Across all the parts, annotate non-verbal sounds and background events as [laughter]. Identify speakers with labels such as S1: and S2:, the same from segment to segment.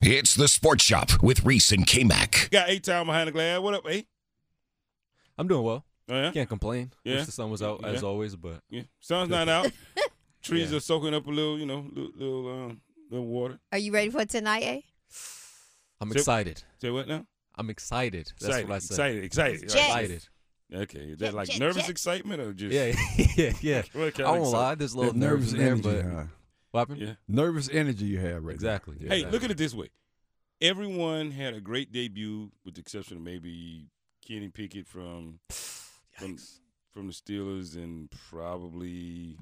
S1: It's the Sports Shop with Reese and K Mac.
S2: Got eight time behind the glass. What up, eight?
S3: I'm doing well.
S2: Oh, yeah?
S3: Can't complain.
S2: Yeah.
S3: Wish the sun was out as
S2: Yeah.
S3: always, but
S2: yeah. Sun's not
S3: [laughs]
S2: out. Trees
S3: Yeah.
S2: are soaking up a little, you know, little, little, um, little water.
S4: Are you ready for tonight, eh?
S3: I'm
S2: So-
S3: excited.
S2: Say what now?
S3: I'm excited. That's
S2: excited,
S3: what I said.
S2: excited, excited,
S4: Jet.
S2: right.
S3: Excited.
S2: Okay, is that
S4: Jet,
S2: like
S4: jet,
S2: nervous
S4: jet.
S2: excitement or just
S3: Yeah, yeah, [laughs]
S2: [laughs]
S3: yeah.
S2: What kind of
S3: I won't
S2: excitement?
S3: lie. There's a little
S5: That
S3: nerves
S5: nervous
S3: in there,
S5: energy,
S3: but
S5: huh?
S3: what happened?
S2: Yeah.
S5: nervous energy you have right now.
S3: Exactly.
S5: Yeah.
S2: Hey,
S3: Exactly.
S2: look at it this way. Everyone had a great debut, with the exception of maybe Kenny Pickett from from, from the Steelers and probably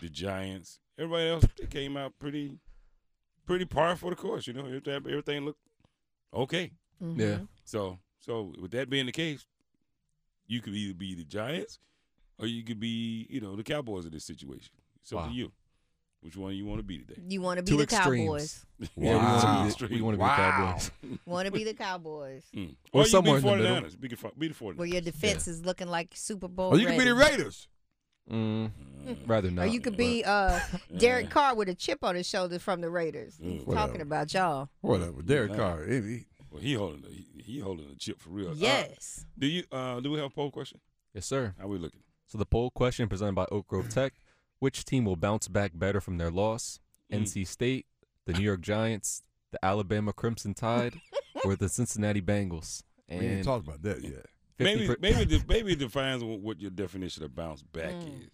S2: the Giants. Everybody else they came out pretty pretty par for the course. You know, everything, everything looked okay.
S3: Yeah.
S2: So so with that being the case, you could either be the Giants or you could be you know the Cowboys in this situation. It's up
S3: Wow.
S2: to you. Which one you want to be today?
S4: You want to be
S3: Two
S4: the
S3: extremes.
S4: Cowboys.
S3: Yeah,
S2: [laughs]
S3: we wanna
S5: Wow.
S3: be the- we want to be the Cowboys.
S4: Want to be the Cowboys.
S2: Mm.
S3: Or
S2: Or, you
S3: somewhere
S2: can
S3: in
S2: be
S3: the
S2: 49ers.
S3: middle.
S2: Be, the- be the 49ers.
S4: Where your defense is looking like Super Bowl.
S5: Oh, you can be the
S4: ready.
S5: Raiders.
S3: Mm,
S5: Hmm.
S3: rather
S4: Or
S3: not.
S4: you could be uh, Derek Carr with a chip on his shoulder from the Raiders.
S2: Mm,
S4: Talking
S5: whatever.
S4: about y'all.
S5: Whatever. Derek
S2: Yeah.
S5: Carr. He- he-
S2: Well, he holding the, he, he holding the chip for real. Uh,
S4: Yes.
S2: do you uh, do we have a poll question?
S3: yes, sir.
S2: How we looking?
S3: So the poll question presented by Oak Grove Tech: Which team will bounce back better from their loss?
S2: Mm.
S3: NC State, the New York Giants, the Alabama Crimson Tide, or the Cincinnati Bengals?
S5: We ain't
S3: And
S5: talked about that yet.
S3: 50
S2: Maybe
S3: per- [laughs]
S2: maybe de- maybe it defines what, what your definition of bounce back
S4: Mm.
S2: is.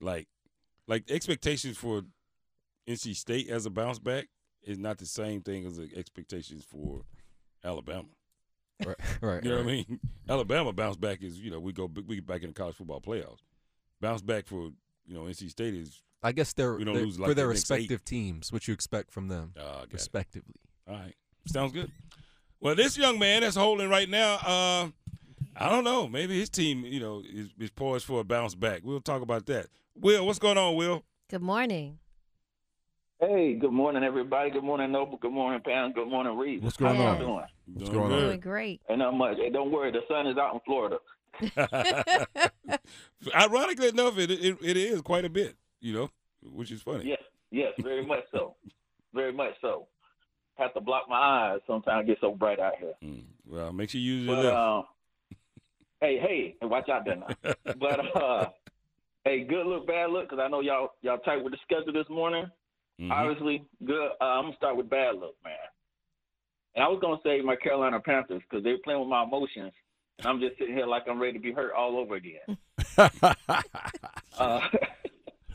S2: Like like expectations for NC State as a bounce back is not the same thing as the expectations for Alabama.
S3: right, right,
S2: You know
S3: right.
S2: what I mean? [laughs] Alabama bounce back is you know we go we get back in the college football playoffs. Bounce back for you know NC State is
S3: I guess they're,
S2: We don't
S3: they're-
S2: lose
S3: for
S2: like
S3: their
S2: the next eight.
S3: respective teams, what you expect from them,
S2: uh, got it.
S3: respectively.
S2: All right. Sounds good. Well, this young man that's holding right now, uh, I don't know. Maybe his team, you know, is, is poised for a bounce back. We'll talk about that. Will, what's going on, Will?
S4: Good morning.
S6: Hey, good morning, everybody. Good morning, Noble. Good morning, Pam. Good morning, Reed.
S5: What's
S4: going
S5: going
S4: Yeah.
S6: How
S4: on?
S6: you
S5: on?
S6: doing?
S5: What's
S2: Doing
S5: going on?
S4: Doing
S2: good.
S6: [laughs]
S4: great.
S6: And not much. Hey, don't worry, the sun is out in Florida.
S2: [laughs] Ironically enough, it, it it is quite a bit, you know, which is funny.
S6: Yes, yes, very much so. Very much so. Have to block my eyes sometimes. It gets so bright out here.
S2: Mm. Well, make sure you use your
S6: But
S2: left.
S6: um, hey, hey, hey, watch out
S5: [laughs]
S6: there now. but uh, hey, good look, bad look, because I know y'all y'all tight with the schedule this morning.
S2: Mhm.
S6: Obviously, good. Uh, I'm gonna start with bad luck, man. And I was gonna say my Carolina Panthers because they're playing with my emotions, and I'm just sitting here like I'm ready to be hurt all over again. uh,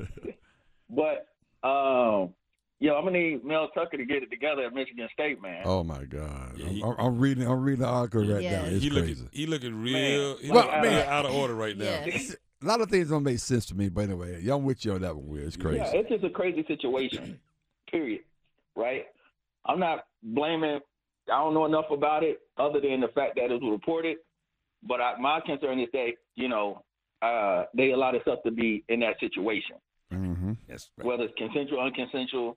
S6: [laughs] but um, yo, I'm gonna need Mel Tucker to get it together at Michigan State, man.
S5: oh my God!
S2: Yeah, he-
S5: I'm, I'm reading. I'm reading the article right
S4: Yeah.
S5: now. It's
S2: he
S5: crazy.
S2: looking he looking real he
S5: Well,
S2: looking
S5: man.
S2: out of order right now.
S4: Yeah.
S5: A lot of things don't make sense to me, but anyway, yeah, I'm with you on that one. Will. It's crazy.
S6: Yeah, it's just a crazy situation. [clears throat] Period. Right? I'm not blaming. I don't know enough about it other than the fact that it was reported. But I, my concern is that you know uh, they allow themselves to be in that situation,
S5: hmm
S2: [laughs] That's right.
S6: whether it's consensual, unconsensual,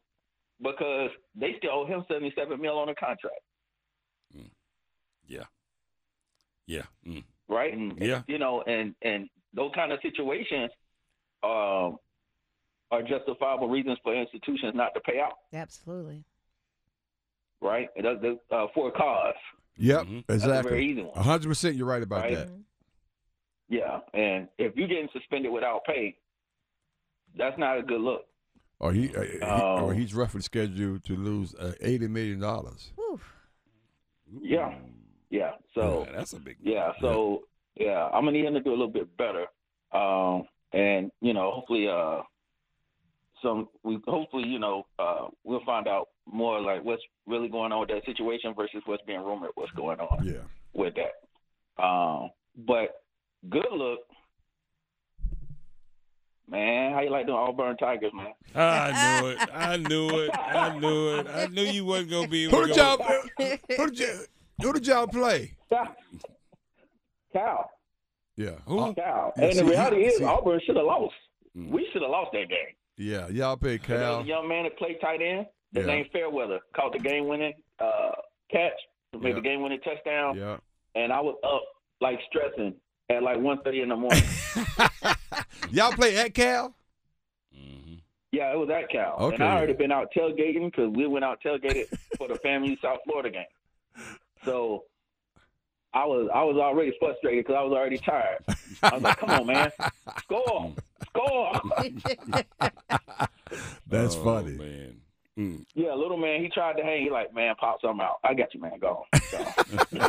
S6: because they still owe him 77 mil on a contract,
S2: Yeah. Yeah. Mm.
S6: right? And,
S2: Yeah.
S6: You know, and and those kind of situations um, are justifiable reasons for institutions not to pay out,
S4: Absolutely.
S6: right? And that's, that's, uh, for a cause.
S5: Yep.
S2: Mhm.
S6: That's a very
S5: Exactly.
S6: easy one.
S5: hundred percent. You're right about
S6: Right.
S5: that.
S6: Yeah, and if you're getting suspended without pay, that's not a good look.
S5: Or he, uh, he-
S6: Oh.
S5: or he's roughly scheduled to lose uh, eighty million dollars.
S4: Whew.
S6: Yeah, yeah. So
S2: Yeah, that's a big
S6: yeah, so yeah, I'm gonna need him to do a little bit better. Um, and you know, hopefully, uh, some we hopefully you know uh, we'll find out more like what's really going on with that situation versus what's being rumored what's going on.
S5: Yeah.
S6: with that. Um, but good look. Man, how you like doing Auburn Tigers, man? [laughs]
S2: I knew it. I knew it. I knew it. I knew you wasn't gonna be able
S7: Who
S2: to
S7: did
S2: go.
S7: y'all? Who did y'all, who did y'all play?
S6: Cal,
S7: Yeah.
S2: Who?
S6: Cal.
S5: Yeah, Uh,
S6: and the
S5: see,
S6: reality
S5: he-
S6: is,
S5: see-
S6: Auburn should have lost.
S2: Mm.
S6: We should have lost that game.
S5: Yeah, y'all played
S6: There
S5: Cal.
S6: was a young man that played tight end. His
S5: Yeah.
S6: name Fairweather caught the game winning uh, catch, made
S5: Yeah.
S6: the game winning touchdown,
S5: Yeah.
S6: and I was up like stressing at like 1.30 in
S5: [laughs]
S6: the morning. [laughs]
S7: Y'all play at Cal?
S2: Mhm.
S6: yeah, it was at Cal, and
S5: Okay.
S6: I already been out tailgating because we went out tailgated for the family South Florida game. So I was I was already frustrated because I was already tired. I was like, "Come
S5: [laughs]
S6: on, man, score, score!"
S5: That's
S2: Oh,
S5: funny.
S2: Man. Mm. [laughs]
S6: Yeah, little man, he tried to hang. He like, "Man, pops, I'm out. I got you, man. Go."
S2: [laughs]
S6: on." Go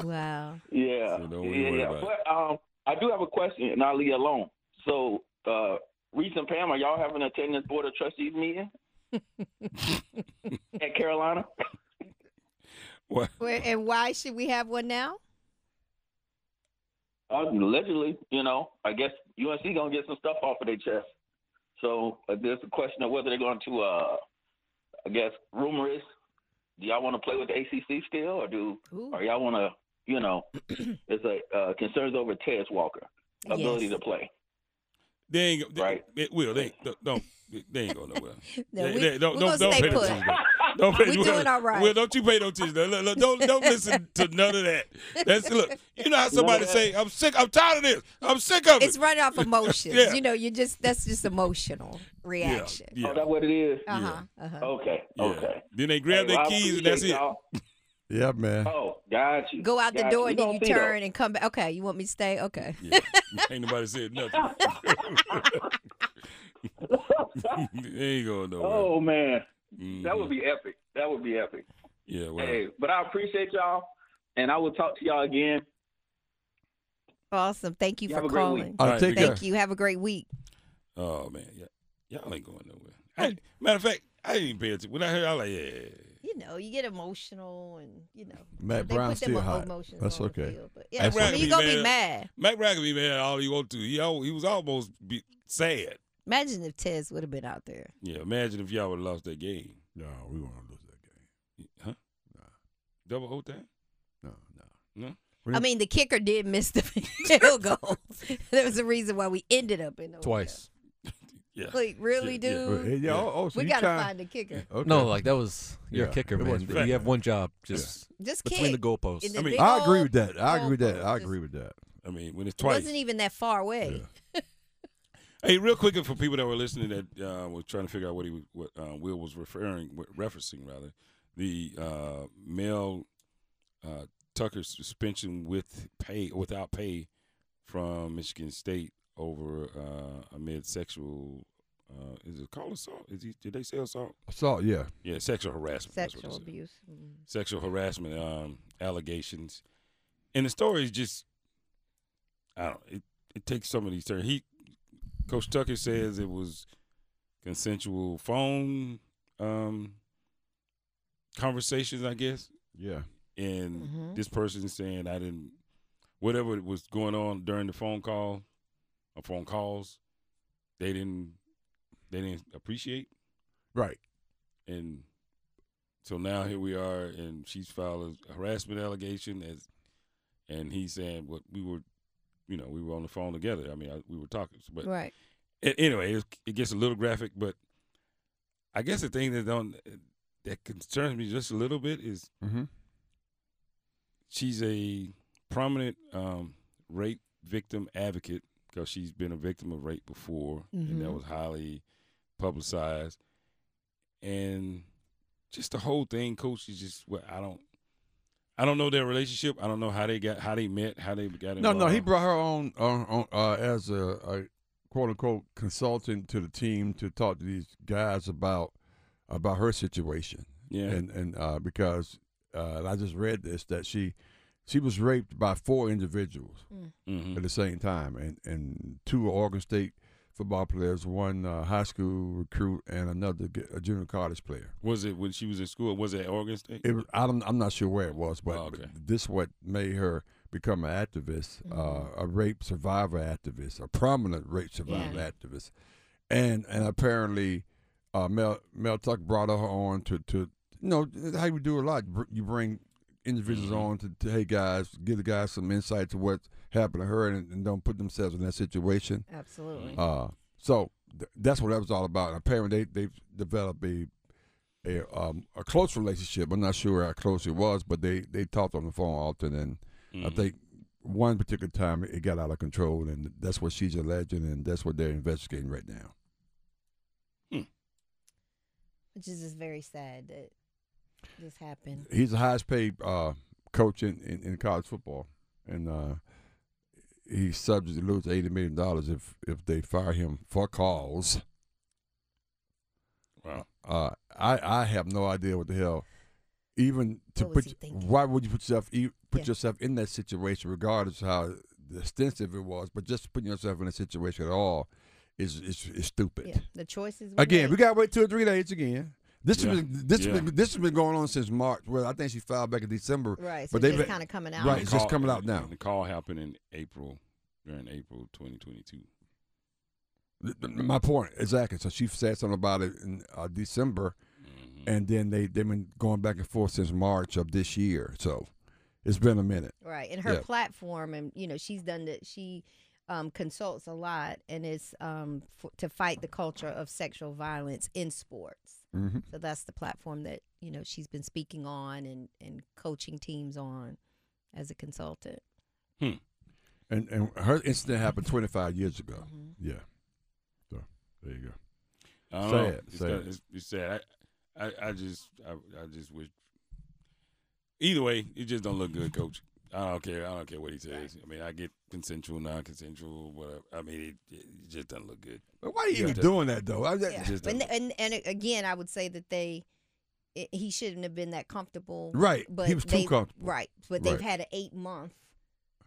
S6: on.
S4: wow.
S6: Yeah.
S2: So don't really
S6: yeah,
S2: worry
S6: yeah.
S2: about it.
S6: But um, I do have a question, and I'll leave you alone. So, uh, Reese and Pam, are y'all having an attendance board of trustees
S2: [laughs]
S6: meeting at Carolina?
S2: What?
S4: Where, and why should we have one now?
S6: Uh, allegedly, you know, I guess UNC gonna get some stuff off of their chest. So uh, there's a question of whether they're going to, uh, I guess, rumor is, do y'all want to play with the ACC still, or do,
S4: Ooh.
S6: or y'all want to,
S4: [clears throat]
S6: you know, it's a uh, concerns over Tez Walker ability
S4: Yes.
S6: to play. [laughs]
S2: They ain't. They,
S6: Right.
S2: They, will. They don't. don't they ain't going nowhere.
S4: No,
S2: They-
S4: we,
S2: they- don't
S4: we're
S2: don't,
S4: gonna
S2: don't
S4: stay
S2: pay no
S4: put.
S2: attention. to that. Don't pay,
S4: We
S2: well,
S4: doing all right.
S2: Well, don't you pay no attention. to that. Look, look, Don't
S4: [laughs]
S2: don't listen to none of that. That's look. You know how somebody say, "I'm sick. I'm tired of this. I'm sick of
S4: It's
S2: it."
S4: running off emotions.
S2: Yeah.
S4: You know, you just that's just emotional
S2: Yeah.
S4: reaction.
S2: Yeah.
S6: Oh, that what it is?
S4: Uh huh. Uh-huh.
S6: Okay.
S2: yeah.
S6: Okay.
S2: Then they grab
S6: Hey,
S2: their
S6: well, I
S2: keys and that's it.
S6: appreciate y'all.
S5: Yeah, man.
S6: Oh, got you.
S4: Go out the
S6: Got
S4: door
S6: We
S4: and then
S6: gonna
S4: you
S6: see, though.
S4: turn and come back. Okay, you want me to stay? Okay.
S2: Yeah. Ain't nobody said nothing.
S6: [laughs]
S2: [laughs]
S4: [laughs]
S2: they ain't going nowhere.
S6: Oh man,
S2: Mhm.
S4: Mm-hmm.
S6: that would be epic. That would be epic.
S2: Yeah, well,
S6: Hey, but I appreciate y'all, and I will talk to y'all again.
S4: Awesome. Thank you
S6: You have
S4: for
S6: a great week.
S4: calling.
S5: All
S2: All right,
S5: right, take
S2: big
S5: care.
S4: Thank you. Have a great week.
S2: oh man, y- y'all ain't going nowhere. I, matter of fact, I didn't even pay attention. When I heard, I was like, yeah.
S4: You know, you get emotional and you know.
S5: Matt
S4: they
S5: Brown's
S4: put them
S5: still hot.
S4: emotions
S5: That's
S4: on the
S5: okay.
S4: field, but yeah,
S5: That's
S4: I mean,
S2: okay.
S4: you gonna
S2: Mad.
S4: be mad.
S2: Mac Rack can be mad all he want to. He al- he was almost be sad.
S4: Imagine if Tez would have been out there.
S2: Yeah, imagine if y'all would have lost that game.
S5: No, we won't lose that game.
S2: Huh? Double overtime?
S5: No, no.
S4: I mean, the kicker did miss the field goal. [laughs] there was a reason why we ended up in overtime.
S3: twice.
S2: Yeah.
S4: Like, really,
S2: Yeah, yeah.
S4: dude?
S5: Well, hey, yeah, oh, oh, so
S4: Mm-hmm. we
S5: you
S4: gotta
S5: trying-
S4: find the kicker.
S5: Okay.
S3: No, like that was your
S5: Yeah,
S3: kicker,
S5: it
S3: man.
S5: was
S3: You
S5: fair.
S3: have one job, just
S4: Just kick.
S3: between the goalposts.
S4: in the
S2: I mean,
S4: big
S5: I agree
S4: old-
S5: with that. I agree with that. I
S4: goalpost.
S5: agree with that.
S2: I mean, when it's
S4: It
S2: twice.
S4: wasn't even that far away.
S2: Hey, real quick, and for people that were listening that uh, were trying to figure out what he was- what uh, Will was referring what- referencing rather the uh, Mel uh, Tucker suspension with pay without pay from Michigan State over uh, amid sexual uh, is it called assault? Is he did they say assault?
S5: So yeah,
S2: Yeah, sexual harassment. that's what it
S4: Sexual
S2: said.
S4: abuse. Mm.
S2: Sexual harassment um, allegations, and the story is just I don't. It it takes some of these turns. He Coach Tucker says it was consensual phone um, conversations, I guess,
S5: yeah.
S2: and
S4: Mhm.
S2: this person saying I didn't whatever was going on during the phone call or phone calls, they didn't they didn't appreciate,
S5: Right.
S2: and so now here we are, and she's filed a harassment allegation as, and he's saying what we were, you know, we were on the phone together. I mean, I, we were talking, but
S4: Right.
S2: a- anyway, it, it gets a little graphic, but I guess the thing that don't that concerns me just a little bit is
S5: Mm-hmm.
S2: she's a prominent um, rape victim advocate because she's been a victim of rape before, and that
S4: Mhm.
S2: was highly publicized. And just the whole thing, coach, is just what I don't. I don't know their relationship. I don't know how they got, how they met, how they got
S5: No,
S2: involved.
S5: no. He brought her on, on, on uh, as a, a quote unquote consultant to the team to talk to these guys about about her situation,
S2: Yeah,
S5: and and uh, because uh, and I just read this that she she was raped by four individuals.
S2: hmm
S5: at the same time, and and two are Oregon State football players, one uh, high school recruit, and another g- a junior college player.
S2: was it when she was in school? Was it at Oregon State?
S5: It, was- I don't, I'm not sure where it was, but
S2: Oh, okay.
S5: this what made her become an activist, uh, a rape survivor activist, a prominent rape survivor
S4: Yeah.
S5: activist, and and apparently, uh, Mel Mel Tuck brought her on to to you know how you do a lot. br- You bring individuals on to, to hey guys, give the guys some insight to what happened to her, and, and don't put themselves in that situation.
S4: Absolutely.
S5: Uh, so th- that's what that was all about. And apparently, they they've developed a a, um, a close relationship. I'm not sure how close it was, but they they talked on the phone often, and
S2: Mm-hmm.
S5: I think one particular time it got out of control, and that's what she's alleging, and that's what they're investigating right now.
S4: Which is just very sad that this happened.
S5: He's the highest paid uh, coach in, in, in college football, and uh, he's subject to lose eighty million dollars if if they fire him for cause.
S2: Wow.
S5: uh, I I have no idea what the hell. Even to
S4: What was
S5: put,
S4: he thinking?
S5: why would you put yourself e- put
S4: Yeah.
S5: yourself in that situation, regardless of how extensive it was, but just putting yourself in a situation at all is is, is stupid.
S4: Yeah. The choices. We
S5: Again,
S4: made.
S5: we gotta wait two or three days again. This
S2: Yeah.
S5: has been this
S2: Yeah.
S5: has been, this has been going on since March. Well, I think she filed back in December.
S4: right. So
S5: but
S4: but
S5: they've
S4: just
S5: been-
S4: kind of coming out.
S5: Right, it's just
S2: Call-
S5: coming out
S2: and-
S5: now.
S2: and The call happened in April, during April 2022.
S5: Th- th- My point exactly. So she said something about it in uh, December, and then they they've been going back and forth since March of this year. So it's been a minute.
S4: Right. And her
S5: Yeah.
S4: platform, and you know, she's done that. She um, consults a lot, and it's um, f- to fight the culture of sexual violence in sports.
S5: Mm-hmm.
S4: So that's the platform that you know she's been speaking on and and coaching teams on as a consultant.
S5: And and her incident happened 25 years ago.
S4: Mm-hmm.
S5: Yeah. So there you go.
S2: I don't know.
S5: Sad,
S2: It's,
S5: sad.
S2: not- it's, it's sad. I, I, I just, I, I just wish. Either way, it just don't look good, Coach. I don't care. I don't care what he says. I mean, I get consensual, non-consensual, whatever. I mean, it, it just doesn't look good.
S5: But why are you
S2: Yeah.
S5: even doing that though? I, that-
S4: Yeah.
S2: just
S4: And,
S2: don't-
S4: and and again, I would say that they it, he shouldn't have been that comfortable.
S5: Right.
S4: But
S5: he was
S4: they-
S5: too comfortable.
S4: Right. But they've
S5: Right.
S4: had an eight month.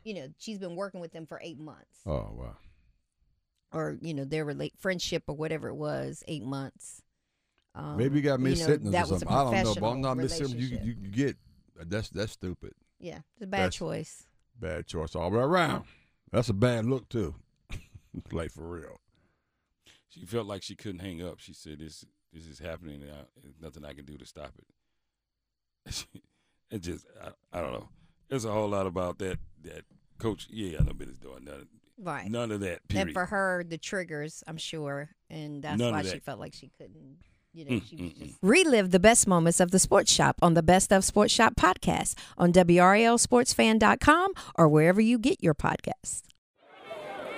S4: You know, she's been working with them for eight months,
S5: Oh wow.
S4: or you know, their relate friendship or whatever it was, eight months. Um,
S5: Maybe you got missed
S4: know,
S5: sentence
S4: that
S5: or
S4: was a
S5: something. I don't know, but I'm
S4: professional
S5: not missed sentence. You,
S4: relationship.
S5: you you get that's that's stupid.
S4: Yeah, it's a bad
S5: That's-
S4: choice.
S5: Bad choice all the way around. That's a bad look too. [laughs] like for real.
S2: She felt like she couldn't hang up. She said, "This, this is happening. And I, there's nothing I can do to stop it." [laughs] it just, I, I don't know. There's a whole lot about that. That coach, yeah, I know business doing none,
S4: Right.
S2: none of that. Period.
S4: and for her, the triggers, I'm sure, and that's
S2: None of
S4: why
S2: that.
S4: she felt like she couldn't. You know,
S2: Mm,
S4: she was
S2: mm,
S4: just relive the best moments of the Sports Shop on the Best of Sports Shop podcast on WRLSportsFan.com or wherever you get your podcasts.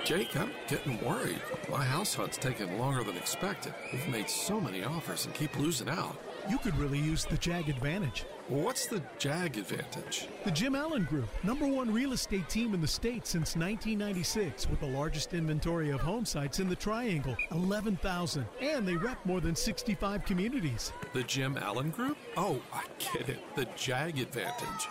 S8: Jake, I'm getting worried. My house hunt's taking longer than expected. We've made so many offers and keep losing out.
S9: You could really use the JAG advantage.
S8: What's the JAG advantage?
S9: The Jim Allen Group, number one real estate team in the state since 1996, with the largest inventory of home sites in the Triangle 11,000. And they rep more than 65 communities.
S8: The Jim Allen Group? Oh, I get it. The JAG advantage.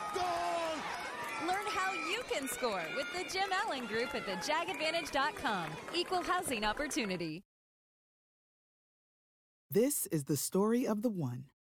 S10: Learn how you can score with the Jim Allen Group at thejagadvantage.com. Equal housing opportunity.
S11: This is the story of the one.